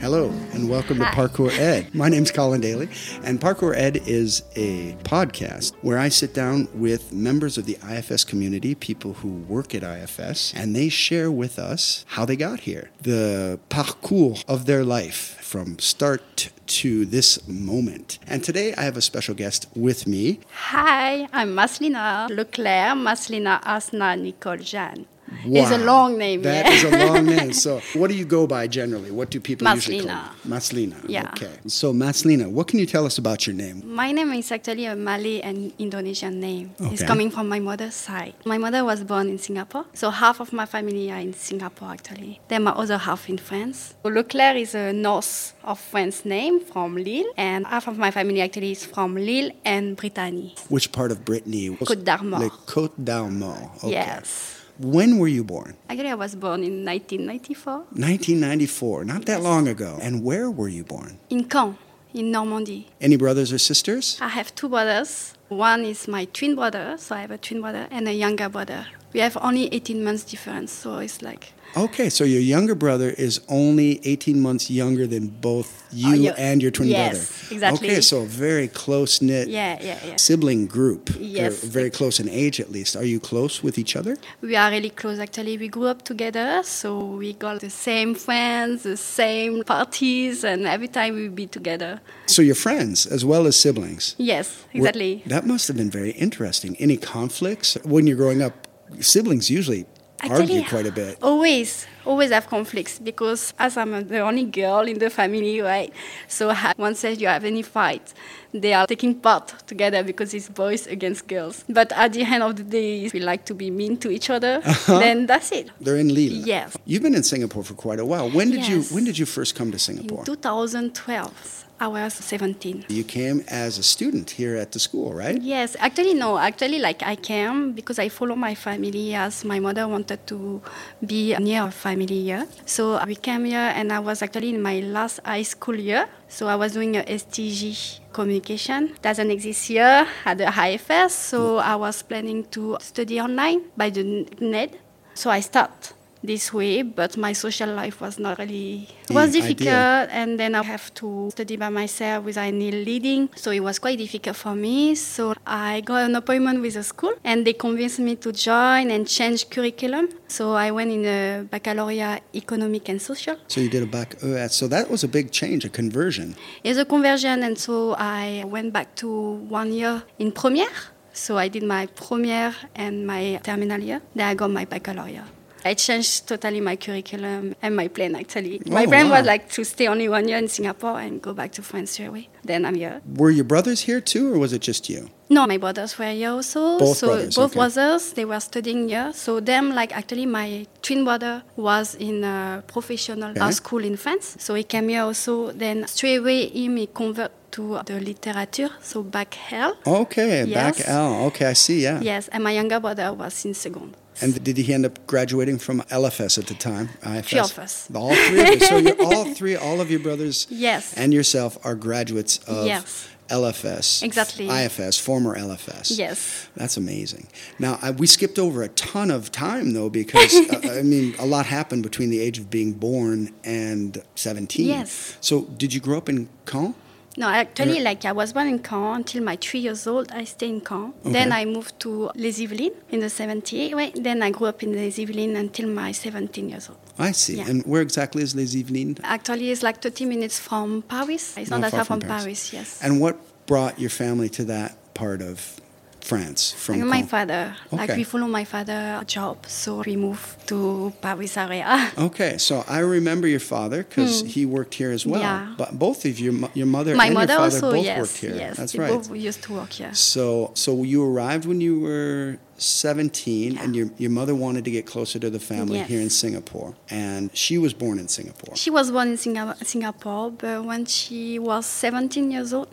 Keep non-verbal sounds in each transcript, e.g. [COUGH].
Hello, and welcome Hi. to Parkour Ed. [LAUGHS] My name's Colin Daly, and Parkour Ed is a podcast where I sit down with members of the IFS community, people who work at IFS, and they share with us how they got here, the parcours of their life from start to this moment. And today I have a special guest with me. Hi, I'm Maslina Leclerc, Maslina Asna Nicole Jeanne. It's a Wow, long name. That yeah. is a long name. So, what do you go by generally? What do people usually call Maslina. you? Maslina. Yeah. Okay. So, Maslina, what can you tell us about your name? [LAUGHS] My name is actually a Malay and Indonesian name. It's Okay. coming from my mother's side. My mother was born in Singapore, so half of my family are in Singapore actually. Then my other half in France. Leclerc is a north of France name from Lille, and half of my family actually is from Lille and Brittany. Which part of Brittany? Côte d'Armor. Like Côte d'Armor. Okay. Yes. When were you born? Actually, I was born in 1994 1994, not that long ago. And where were you born? in Caen, in Normandy. Any brothers or sisters? I have two brothers. One is my twin brother, so I have a twin brother and a younger brother. We have only 18 months difference, so it's like Okay, so your younger brother is only 18 months younger than both you yeah. and your twin Oh, Yes, brother. exactly. Okay, so a very close knit yeah, yeah, yeah. sibling group. Yes. You're very close in age, at least. Are you close with each other? We are really close actually. We grew up together, so we got the same friends, the same parties, and every time we be together. So you're friends as well as siblings. Yes, Were- exactly. That must have been very interesting. Any conflicts when you're growing up? Siblings usually argue quite a bit. Always, always have conflicts because as I'm the only girl in the family, right? So ha- once you have any fight, they are taking part together because it's boys against girls. But at the end of the day, if we like to be mean to each other, then that's it. They're in Lille. Yes. You've been in Singapore for quite a while. When did Yes. you When did you first come to In Singapore? 2012, I was 17. you came as a student here at the school, right? Yes, actually no, actually like I came because I follow my family as my mother wanted to be near her family here. So we came here and I was actually in my last high school year. So I was doing a STG communication. Doesn't exist here at the IFS. So I was planning to study online by the NED. So I start this way, but my social life was not really it was Mm, difficult ideal. and then I have to study by myself with any leading. So it was quite difficult for me. So I got an appointment with a school and they convinced me to join and change curriculum. So I went in a baccalaureate economic and social. So you did a back ES. So that was a big change, a conversion. It's a conversion and so I went back to one year in première. So I did my première and my terminal year. Then I got my baccalaureate. I changed totally my curriculum and my plan actually. my Oh, plan was wow. like to stay only one year in Singapore and go back to France straight away. Then I'm here. Were your brothers here too, or was it just you? No, my brothers were here also. Both so brothers, both okay. brothers, they were studying here. So them, like actually, my twin brother was in a professional Okay. art school in France. So he came here also. Then straight away, him he convert to the literature. So back hell. Okay, back Yes. L. Okay, I see. Yeah. Yes, and my younger brother was in second. Ah. And did he end up graduating from LFS at the time? IFS? Three of us. All three of you. So you're all three, all of your brothers [LAUGHS] Yes. and yourself are graduates of Yes. LFS. Exactly. IFS, former LFS. Yes. That's amazing. Now, I, we skipped over a ton of time, though, [LAUGHS] because, uh, I mean, a lot happened between the age of being born and 17. Yes. So did you grow up in Caen? No, uh, actually, like I was born in Caen until my three years old. I stayed in Caen. Then Okay. I moved to Les Yvelines in the 78. Wait, then I grew up in Les Yvelines until my 17 years old. I see. Yeah. And where exactly is Les Yvelines? Actually, it's like 30 minutes from Paris. It's not Not that far far from from, Paris. Paris. yes. And what brought your family to that part of France from Like my Caen? father, like Okay. we follow my father job, so we move to Paris area. Okay, so I remember your father because he worked here as well. Hmm. Yeah. But both of your mo- your mother [LAUGHS] my and mother your father also, both yes, worked here. yes, That's we right. both used to work here. So so you arrived when you were 17 and Yeah. your your mother wanted to get closer to the family Yes. here in Singapore and she was born in Singapore. She was born in Singa- Singapore, but when she was 17 years old,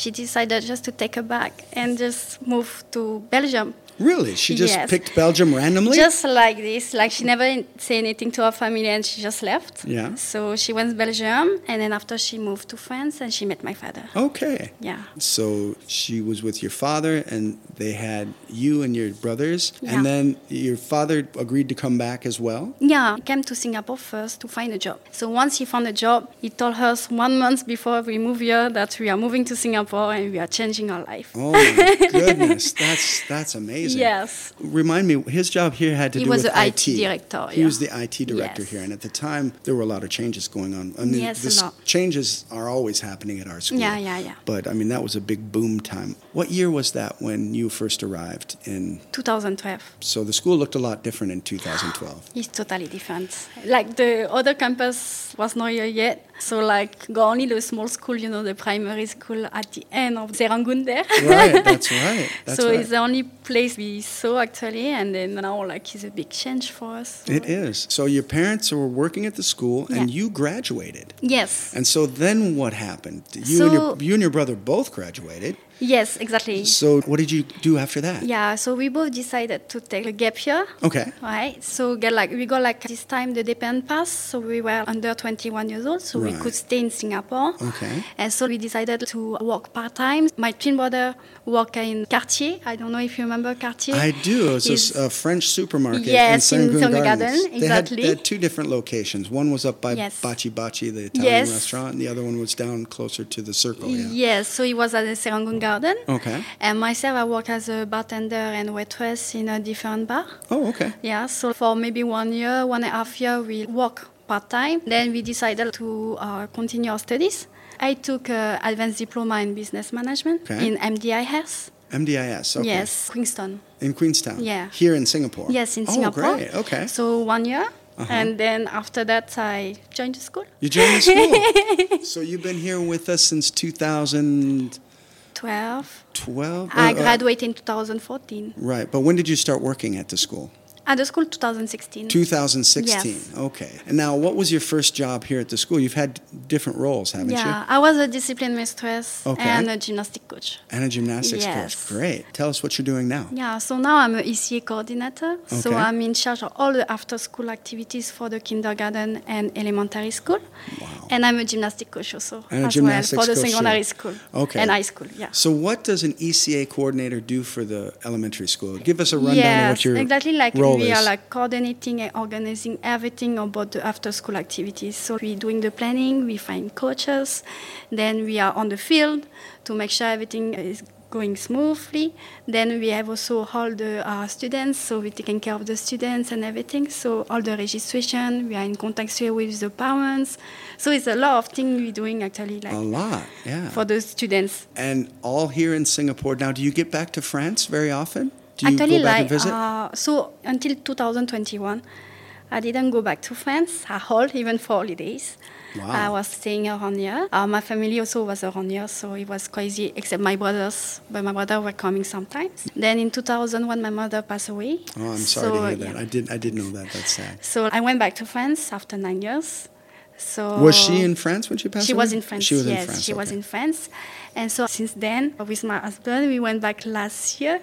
she decided just to take her back and just move to Belgium. Really? She just Yes. picked Belgium randomly? Just like this, like she never in- say anything to her family, and she just left. Yeah. So she went to Belgium, and then after she moved to France, and she met my father. okay. Yeah. So she was with your father, and they had you and your brothers, Yeah. and then your father agreed to come back as well. Yeah, he came to Singapore first to find a job. So once he found a job, he told us one month before we move here that we are moving to Singapore and we are changing our life. Oh [LAUGHS] my goodness, that's that's amazing. Yes. Remind me, his job here had to He do was with the IT. IT director, He was the yeah. IT director Yes. here, and at the time there were a lot of changes going on. I mean, Yes, a this- lot. changes are always happening at our school. Yeah, yeah, yeah. But I mean, that was a big boom time. What year was that when you first arrived? In 2012 so the school looked a lot different in [GASPS] 2012. is totally different. Like the other campus was not here yet. So like go only the small school, you know, the primary school at the end of Serangoon there. [LAUGHS] right, that's right. That's so right. it's the only place we saw actually, and then now like it's a big change for us. It is. So your parents were working at the school, and Yeah. you graduated. Yes. And so then what happened? You, and your, So- you and your brother both graduated. Yes, exactly. So what did you do after that? Yeah, so we both decided to take a gap year. Okay. Right, so get like we got like this time the dependent pass, so we were under 21 years old, so we Right. could stay in Singapore. Okay. and so we decided to work part time. My twin brother worked in Cartier. I don't know if you remember Cartier. I do. It's Is- this uh, French supermarket Yes, in in Serangoon Serangoon Gardens. Garden, They had, exactly. they had two different locations. One was up by Yes. Bachi Bachi, the Italian Yes. restaurant, and the other one was down closer to the circle. oh, Yeah. Yes, so it was at the Serangoon Garden. Okay. And myself, I work as a bartender and waitress in a different bar. Oh, okay. Yeah, so for maybe one year, one and a half year, we work part time. Then we decided to uh, continue our studies. I took uh, advanced diploma in business management Okay. in MDI Health. MDIS. Okay. Yes, Queenstown. In Queenstown. Yeah. Here in Singapore. Yes, in oh, Singapore. Oh, great. Okay. So one year, Uh-huh. and then after that, I joined the school. you joined the [LAUGHS] school. so you've been here with us since 2012. Uh, Twelve. I uh, graduated in 2014. Right. But when did you start working at the school? At the school, 2016. 2016. Yes. Okay. And now, what was your first job here at the school? You've had different roles, haven't yeah, you? I was a discipline mistress Okay. and a gymnastic coach. And a gymnastics Yes. coach. Great. Tell us what you're doing now. Yeah, so now I'm a ECA coordinator. So Okay. I'm in charge of all the after school activities for the kindergarten and elementary school. Wow. And I'm a gymnastic coach also And a as well gymnastics for the coach, too. secondary school Okay. and high school. Yeah. So, what does an ECA coordinator do for the elementary school? Give us a rundown of what Yes, your exactly like role we are is. like coordinating and organizing everything about the after school activities. So we're doing the planning, we find coaches, then we are on the field to make sure everything is going smoothly. Then we have also all the uh, students, so we're taking care of the students and everything. So all the registration, we are in contact here with the parents. So it's a lot of things we're doing actually like a lot, yeah. for the students. and all here in Singapore. Now, do you get back to France very often? Do you Actually, go back like and visit? Uh, so until 2021, I didn't go back to France at all, even for holidays. Wow. I was staying around here. Uh, my family also was around here, so it was crazy, except my brothers. But my brother were coming sometimes. Then in 2001, my mother passed away. oh, I'm sorry So, to hear yeah. that. I did. I did know that. That's sad. So I went back to France after nine years. So Was she in France when she passed? she was away? in France. She was yes, in France. she was okay. in France, and so since then, with my husband, we went back last year.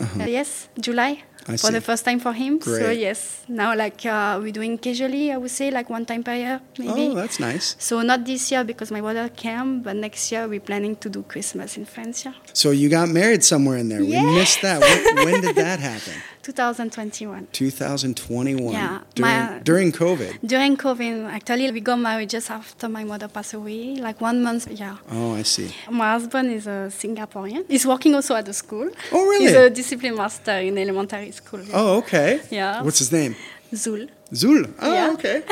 Uh, yes, July Uh-huh. I for the see. first time for him. So Great. yes, now like uh, we're doing casually. I would say like one time per year, maybe. Oh, that's nice. so not this year because my brother came, but next year we're planning to do Christmas in France. Yeah, So you got married somewhere in there. We missed that. When, when did that happen? [LAUGHS] 2021. 2021. Yeah, During, my- uh, during COVID. During COVID, actually, we got married just after my mother passed away, like one month. Yeah. Oh, I see. My husband is a Singaporean. He's working also at the school. Oh, really? He's a discipline master in elementary school. Oh, okay. Yeah. What's his name? Zul. Zul. Oh, Yeah. okay. [LAUGHS]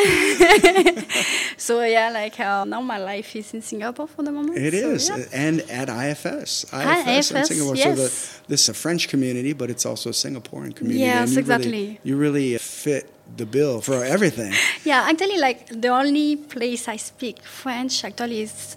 So yeah, like uh, now my life is in Singapore for the moment. It so, is. yeah. And at IFS. IFS, in IFS, Singapore. yes. So the, this is a French community, but it's also a Singaporean community. Yes, and you Really, exactly. you really fit the bill for everything. Yeah, actually, like the only place I speak French actually is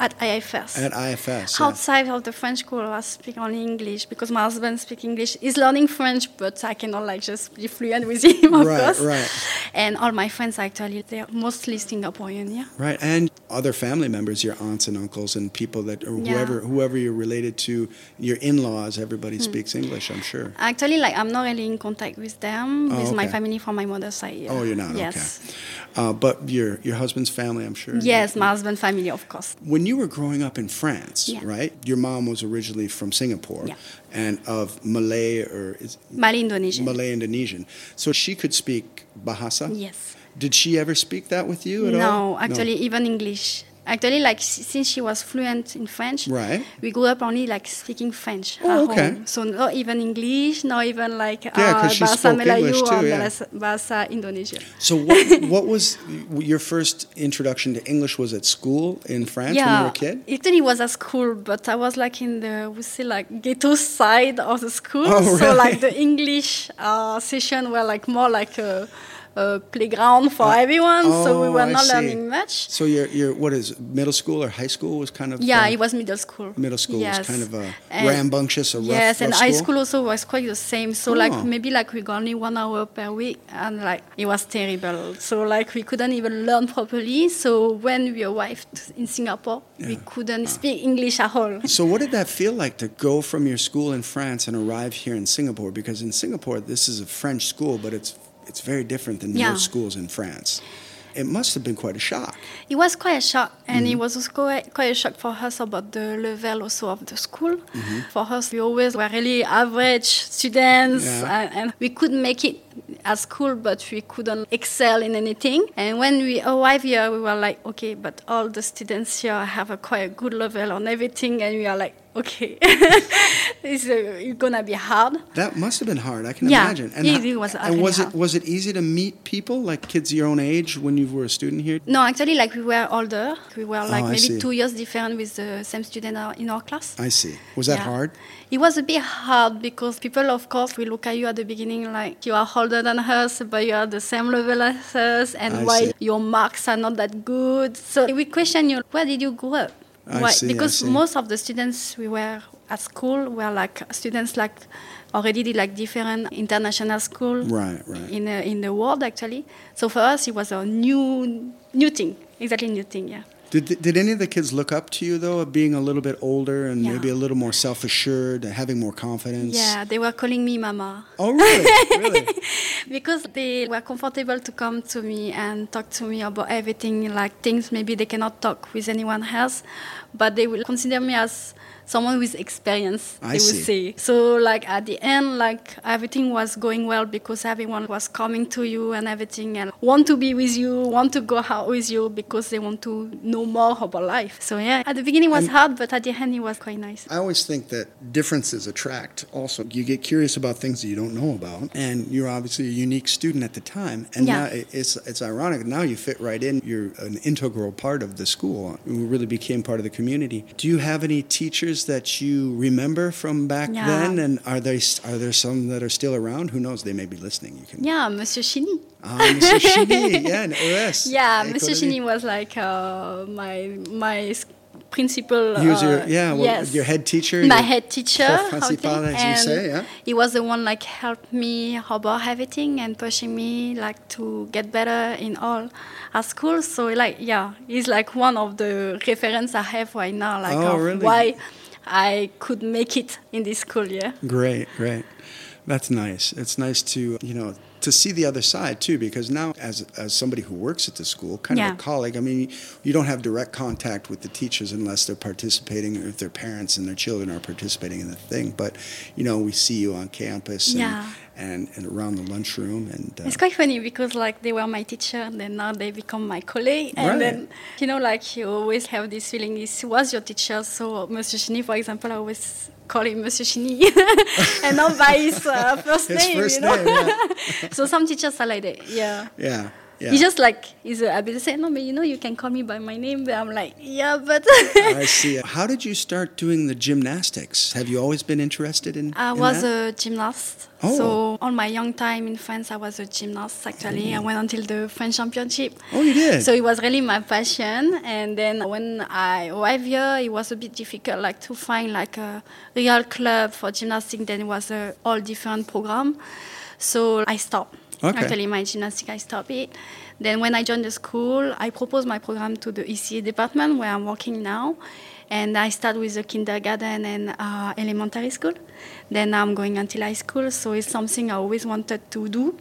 At IFS. At IFS. yeah. Outside of the French school, I speak only English because my husband speaks English. He's learning French, but I cannot like just be fluent with him, of Right, course. right. And all my friends actually, they're mostly Singaporean. Yeah. Right, and other family members, your aunts and uncles, and people that, or Yeah. whoever, whoever you're related to, your in-laws. Hmm. Everybody speaks English, I'm sure. Actually, like I'm not really in contact with them, Oh, with my okay. family from my mother's side. yeah. Oh, you're not. Yes. Okay. Uh, but your your husband's family, I'm sure. Yes, my husband family, of course. When you were growing up in France, Yeah. right? Your mom was originally from Singapore, Yeah. and of Malay or is Mali Indonesian. Malay Indonesian, so she could speak Bahasa. Yes. Did she ever speak that with you at all? no, actually, even English. Actually, like s- since she was fluent in French, Right. We grew up only like speaking French Oh, at okay. home, so not even English, not even like uh, 'cause she bahasa spoke Melayu English or too, yeah. bahasa, bahasa Indonesian. So what, what was [LAUGHS] your first introduction to English? Was at school in France when you were a kid? Actually, it was at school, but I was like in the we say like ghetto side of the school. Oh, so really? like the English uh, session were like more like a, a playground for everyone. so we Oh, were I not see. learning much. So your your what is middle school or high school was kind of Yeah, uh, it was middle school. middle school yes. was kind of a And- rambunctious or rough, yes, and rough high school also was quite the same. So Oh. like maybe like we got only one hour per week, and like it was terrible. So like we couldn't even learn properly. So when we arrived in Singapore, we couldn't speak English at all. So what did that feel like to go from your school in France and arrive here in Singapore? Because in Singapore this is a French school, but it's it's very different than Yeah. most schools in France. It must have been quite a shock. It was quite a shock, and Mm-hmm. it was also quite, quite a shock for us about the level also of the school. Mm-hmm. For us, we always were really average students, Yeah. and, and we could make it at school, but we couldn't excel in anything. And when we arrived here, we were like, okay, but all the students here have a quite a good level on everything, and we are like, okay, [LAUGHS] it's, uh, it's gonna be hard. That must have been hard. I can Yeah, imagine. And it ho- was and was really it was it easy to meet people like kids your own age when you were a student here? No, actually, like we were older, we were like Oh, I see. maybe two years different with the same student uh, in our class. I see. Was that Yeah. hard? It was a bit hard because people, of course, will look at you at the beginning like you are older than us, but you are the same level as us, and I why see. your marks are not that good. So we question you, where did you grow up? I why? see, I because see. most of the students we were at school were like students like already did like different international school Right, right. in the, in the world actually. So for us, it was a new new thing, exactly new thing, yeah. Did, did any of the kids look up to you though, of being a little bit older and Yeah. maybe a little more self assured, having more confidence? Yeah, they were calling me mama. Oh, really? [LAUGHS] really? because they were comfortable to come to me and talk to me about everything like things maybe they cannot talk with anyone else but they will consider me as someone with experience I they see. will say so like at the end like everything was going well because everyone was coming to you and everything and want to be with you want to go out with you because they want to know more about life so yeah at the beginning it was And- hard but at the end it was quite nice I always think that differences attract. Also, you get curious about things that you don't know about, and you're obviously a unique student at the time. And Yeah. now it- it's it's ironic. Now you fit right in. You're an integral part of the school. You really became part of the community. Do you have any teachers that you remember from back Yeah. then? And are they are there some that are still around? Who knows? They may be listening. You can. yeah monsieur chini Ah, [LAUGHS] Mr. Shini, yeah, in OS. Yeah, They Mr. could've- Shini was like uh, my my s- principal. He was your, uh, yeah, well, yes. your head teacher. My your head teacher, principal, okay, as you and say, yeah. he was the one like helped me about everything and pushing me like to get better in all at school. So like yeah, he's like one of the reference I have right now, like Oh, of really? why I could make it in this school. Yeah. Great, great. That's nice. It's nice to, you know, to see the other side too, because now as, as somebody who works at the school, kind of Yeah. a colleague, I mean, you don't have direct contact with the teachers unless they're participating or if their parents and their children are participating in the thing. But, you know, we see you on campus and, Yeah. and, and around the lunchroom. And uh, It's quite funny because like they were my teacher, and then now they become my colleague, and Right. then you know like you always have this feeling this was your teacher. So Monsieur Chini, for example, I always call him Monsieur Chini, [LAUGHS] and not by his uh, first His name. first you know? [LAUGHS] name, yeah. so some teachers are like that. Yeah. yeah. Yeah. He just like he's a habit. Say no, but you know you can call me by my name. But I'm like yeah, but [LAUGHS] I see. How did you start doing the gymnastics? Have you always been interested in? I in was that? a gymnast. Oh. So all my young time in France, I was a gymnast. Actually, I went until the French Championship. Oh, you did? So it was really my passion. And then when I arrived here, it was a bit difficult, like to find like a real club for gymnastics. Then it was a all different program. So I stopped. Okay. Actually, my gymnastics, I stopped it. Then when I joined the school, I proposed my program to the ECA department where I'm working now. And I start with the kindergarten and uh, elementary school. Then I'm going until high school. So it's something I always wanted to do.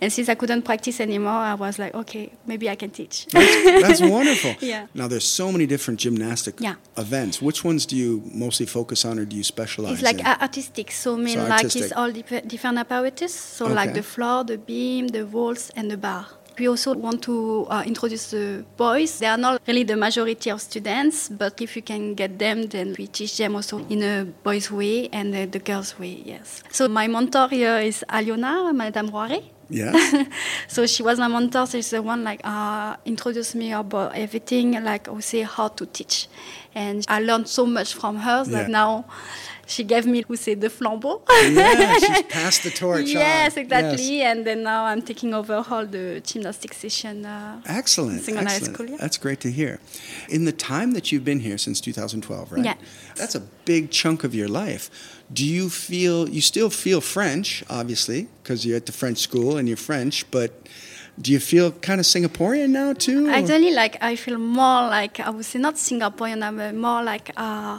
And since I couldn't practice anymore, I was like, okay, maybe I can [LAUGHS] teach. That's, that's wonderful. [LAUGHS] Yeah. Now there's so many different gymnastic Yeah. events. Which ones do you mostly focus on, or do you specialize? It's like uh, in? a- artistic, so I mean So like artistic. it's all dif- different apparatus, so like Okay. the floor, the beam, the walls, and the bar. We also want to uh, introduce the boys. They are not really the majority of students, but if you can get them, then we teach them also in a boys' way and uh, the girls' way. Yes. So my mentor here is Aliona, Madame Roiret. [LAUGHS] yeah. so she was my mentor. So she's the one like uh, introduced me about everything, like also how to teach, and I learned so much from her that Yeah. now she gave me who say the flambeau. [LAUGHS] yeah. She's passed the torch. on. yes, exactly. Yes. And then now I'm taking over all the gymnastic session. Uh, Excellent. Single high excellent. school, yeah. That's great to hear. In the time that you've been here since 2012, right? Yeah. That's a big chunk of your life. Do you feel you still feel French, obviously, because you're at the French school and you're French, but do you feel kind of Singaporean now too? or- Actually, like I feel more like I would say not Singaporean, I'm uh, more like uh,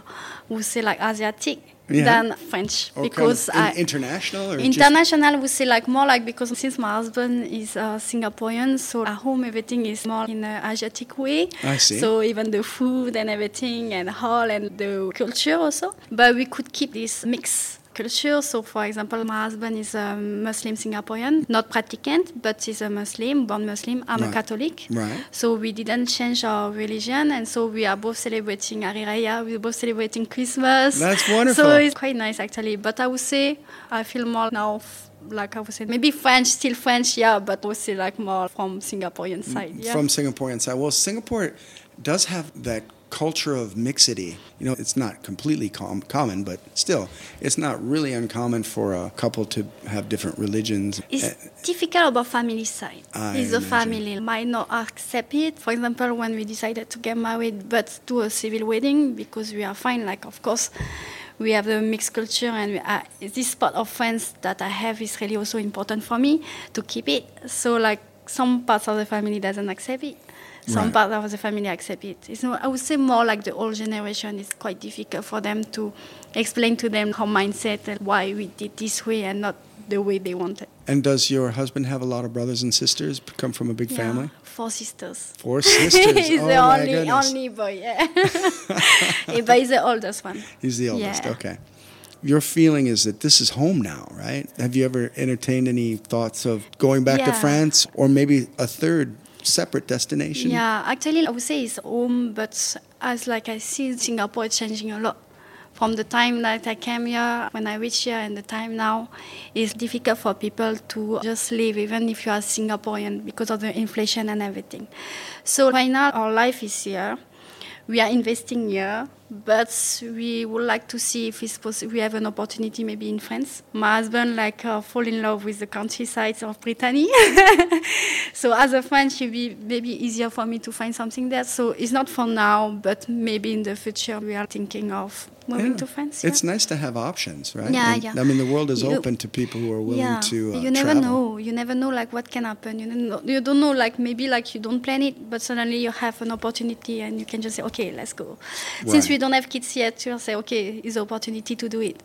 we say like Asiatic Yeah. than French or kind of because in- I, international or just- International, we say like more like because since my husband is uh, Singaporean, so at home everything is more in an Asiatic way. I see. So even the food and everything and all and the culture also. But we could keep this mix culture. So for example, my husband is a Muslim Singaporean, not practicant, but he's a Muslim, born Muslim. I'm Right. a Catholic. Right. So we didn't change our religion, and so we are both celebrating Hari Raya. We're both celebrating Christmas. That's So wonderful. it's it's quite nice actually. But I would say I feel more now, f- like I would say, maybe French, still French, yeah, but also like more from Singaporean side. Yeah. from Singaporean side. Well, Singapore does have that culture of mixity. You know, it's not completely com- common, but still, it's not really uncommon for a couple to have different religions. it's Eh, difficult about family side. I It's the imagine. family might not accept it. For example, when we decided to get married, but do a civil wedding because we are fine. Like of course, we have the mixed culture, and we are, this part of France that I have is really also important for me to keep it. So like some parts of the family doesn't accept it. Some Right. parts of the family accept it. It's not, I would say more like the old generation. It's quite difficult for them to explain to them how mindset and why we did this way and not the way they wanted. and does your husband have a lot of brothers and sisters? Come from a big Yeah, [LAUGHS] family? Four sisters. Four sisters. [LAUGHS] he's oh the my only goodness. only boy, yeah. [LAUGHS] Yeah, but he's the oldest one. He's the oldest. Yeah. Okay. Your feeling is that this is home now, right? Have you ever entertained any thoughts of going back to Yeah. France or maybe a third separate destination? Yeah, actually, I would say it's home, but as like I see Singapore changing a lot. From the time that I came here, when I reached here, and the time now, it's difficult for people to just live, even if you are Singaporean, because of the inflation and everything. So right now, our life is here. We are investing here, but we would like to see if it's possi- we have an opportunity maybe in France. My husband like uh, fall in love with the countryside of Brittany. [LAUGHS] So as a French, it'd be maybe easier for me to find something there. So it's not for now, but maybe in the future we are thinking of moving Yeah. to France. It's nice to have options, right? Yeah, And, yeah. I mean, the world is You- open to people who are willing to uh, you never travel. know. You never know like what can happen. You don't know, you don't know like maybe like you don't plan it, but suddenly you have an opportunity and you can just say okay, let's go. Since Right. we don't have kids yet, you say okay, it's an opportunity to do it.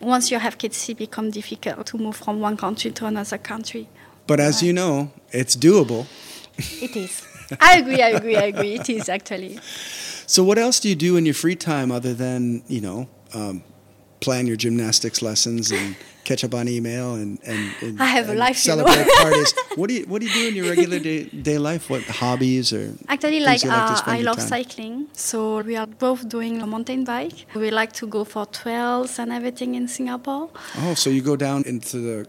Once you have kids, it becomes difficult to move from one country to another country. But as you know, it's doable. It is. I agree. I agree. I agree. It is actually. So, what else do you do in your free time other than you know um, plan your gymnastics lessons [LAUGHS] and catch up on email and and, and I have a and life, you know. celebrate [LAUGHS] parties? What do you What do you do in your regular day, day life? What hobbies or Actually, things like, you like to uh, spend I your love time? cycling, so we are both doing a mountain bike. We like to go for trails and everything in Singapore. Oh, so you go down into the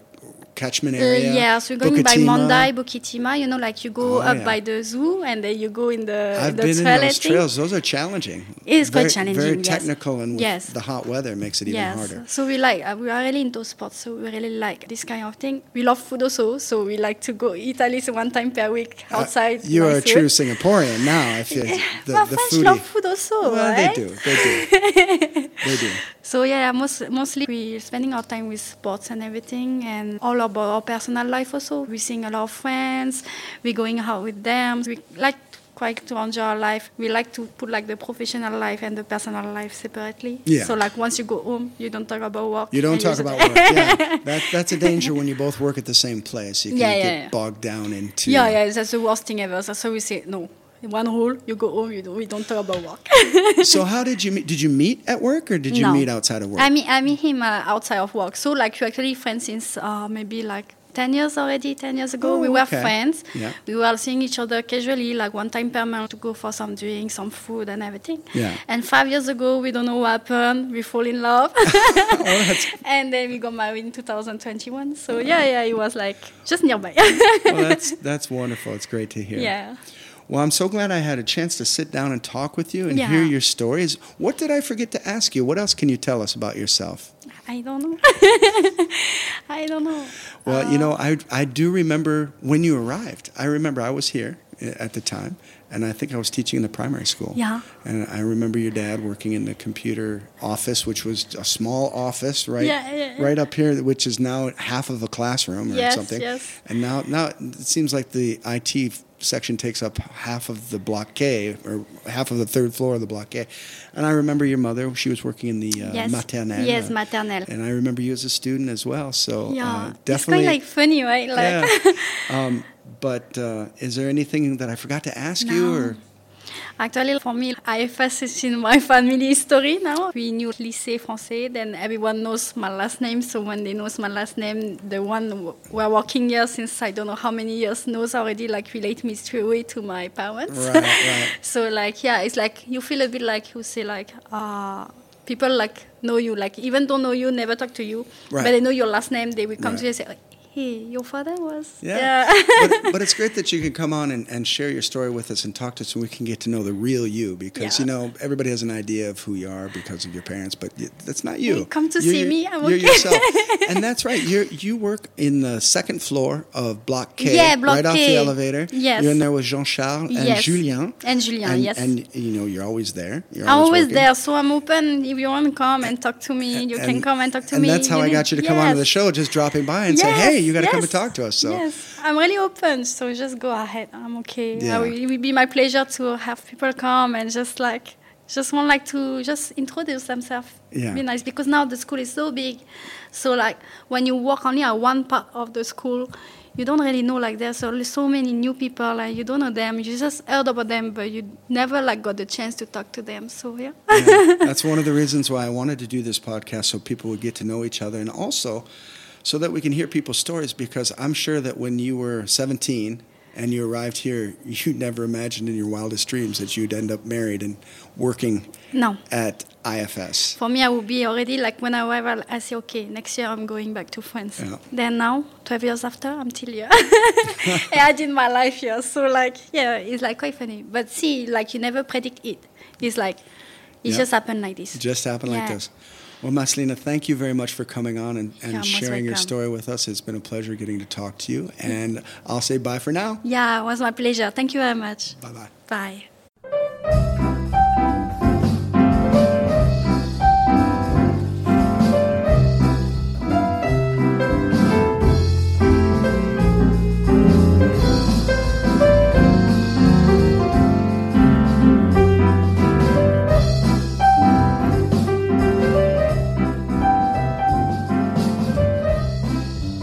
catchment Uh, area? yeah, so you're going by Bukitima? Mandai, Bukitima, you know, like you go Oh, up yeah. by the zoo and then you go in the, I've the been in trail, I those think. trails. Those are challenging. It's quite very, challenging, Very yes. technical, and with Yes. the hot weather makes it even Yes, harder. so we like, uh, we are really into sports, so we really like this kind of thing. We love food also, so we like to go eat at least one time per week Uh, outside. you are a nice food. true [LAUGHS] Singaporean now. I feel the, well, the French foodie. love food also, well, Oh, right? they do. They do. [LAUGHS] they do. So yeah, most, mostly we're spending our time with sports and everything, and all about our personal life also. We're seeing a lot of friends. We're going out with them. We like quite to enjoy our life. We like to put like the professional life and the personal life separately. Yeah. So like once you go home, you don't talk about work. You don't and talk just- about work. Yeah, that, that's a danger when you both work at the same place. You can Yeah, yeah, get yeah. bogged down into. [LAUGHS] yeah, yeah, that's the worst thing ever. So, so we say no. One rule: you go home, you don't, we don't talk about work. So how did you meet? Did you meet at work or did you No. meet outside of work? [LAUGHS] I mean, I meet him uh, outside of work. So like, you actually friends since uh, maybe like ten years already. Ten years ago, Oh, we were okay. friends. Yeah. We were seeing each other casually, like one time per month, to go for some drinks, some food, and everything. Yeah. And five years ago, we don't know what happened. We fall [LAUGHS] in love, Oh, [LAUGHS] and then we got married in 2021. So yeah, yeah, it was like just nearby. [LAUGHS] well, that's that's wonderful. It's great to hear. yeah. Well, I'm so glad I had a chance to sit down and talk with you and Yeah. hear your stories. What did I forget to ask you? What else can you tell us about yourself? I don't know. [LAUGHS] I don't know. Well, you know, I, I do remember when you arrived. I remember I was here uh, at the time, and I think I was teaching in the primary school. Yeah. And I remember your dad working in the computer office, which was a small office, right? Yeah, yeah, yeah. Right up here, which is now half of a classroom or Yes, something. yes. And now, now it seems like the IT section takes up half of the block K or half of the third floor of the block K. And I remember your mother; she was working in the uh, Yes. maternelle. Yes, maternelle. And I remember you as a student as well. So Yeah, uh, it's quite definitely like funny, right? Like, [LAUGHS] yeah. um, but uh, is there anything that I forgot to ask you? No. Or Actually, for me, IFS is in my family history now. We knew Lycée Français, then everyone knows my last name. So when they knows my last name, the one who we're working here since I don't know how many years knows already, like relate me straight away to my parents. Right, right. [LAUGHS] so like, yeah, it's like you feel a bit like you say like, ah, people like know you, like even don't know you, never talk to you, Right. but they know your last name. They will come Right. to you and say, hey, your father was but, but it's great that you can come on and, and share your story with us and talk to us, and we can get to know the real you. Because you Yeah. know everybody has an idea of who you are because of your parents, but y- that's not you. Hey, come to You're see your- me, I'm you're okay. yourself, [LAUGHS] and that's right. You you work in the second floor of Block K. Yeah, Block right off K. the elevator. Yes. you're in there with Jean Charles and [LAUGHS] Yes. Julien. And Julien, and, yes. And you know you're always there. You're I'm always working. there, so I'm open. If you want to come and talk to me, you can come and talk to me. that's how I need- got you to come onto the Yes. show, just dropping by and say, Yes, hey, you got to come yes, and talk to us. So Yes, I'm really open, so just go ahead. I'm okay. I Yeah. will- it will be my pleasure to have people come and just like, just want like to just introduce themselves. Yeah. Be nice because now the school is so big, so like when you work only at one part of the school, you don't really know like there's so, so many new people like you don't know them. You just heard about them, but you never like got the chance to talk to them. So yeah. [LAUGHS] yeah, that's one of the reasons why I wanted to do this podcast so people would get to know each other and also so that we can hear people's stories because I'm sure that when you were 17 and you arrived here, [LAUGHS] you never imagined in your wildest dreams that you'd end up married and working No. at IFS. For me, I would be already like when I arrive, I say, okay, next year I'm going back to France. Yeah. Then now, 12 years after, I'm still here. [LAUGHS] and I did my life here. So, like, yeah, it's like quite funny. But see, like, you never predict it. It's like, it Yeah. just happened like this. It just happened like Yeah. this. Well, Maslina, thank you very much for coming on and, and You're most sharing your welcome. Mm. story with us. It's been a pleasure getting to talk to you. And I'll say bye for now. Yeah, it was my pleasure. Thank you very much. Bye bye. Bye.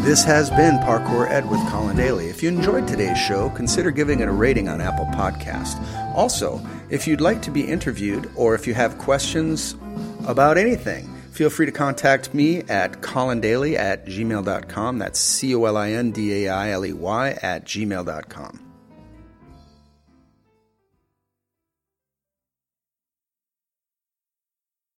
This has been Parkour Ed with Colin Daly. If you enjoyed today's show, consider giving it a rating on Apple Podcast. Also, if you'd like to be interviewed or if you have questions about anything, feel free to contact me at colindaily at gmail.com. That's C O L I N D A I L E Y at gmail.com.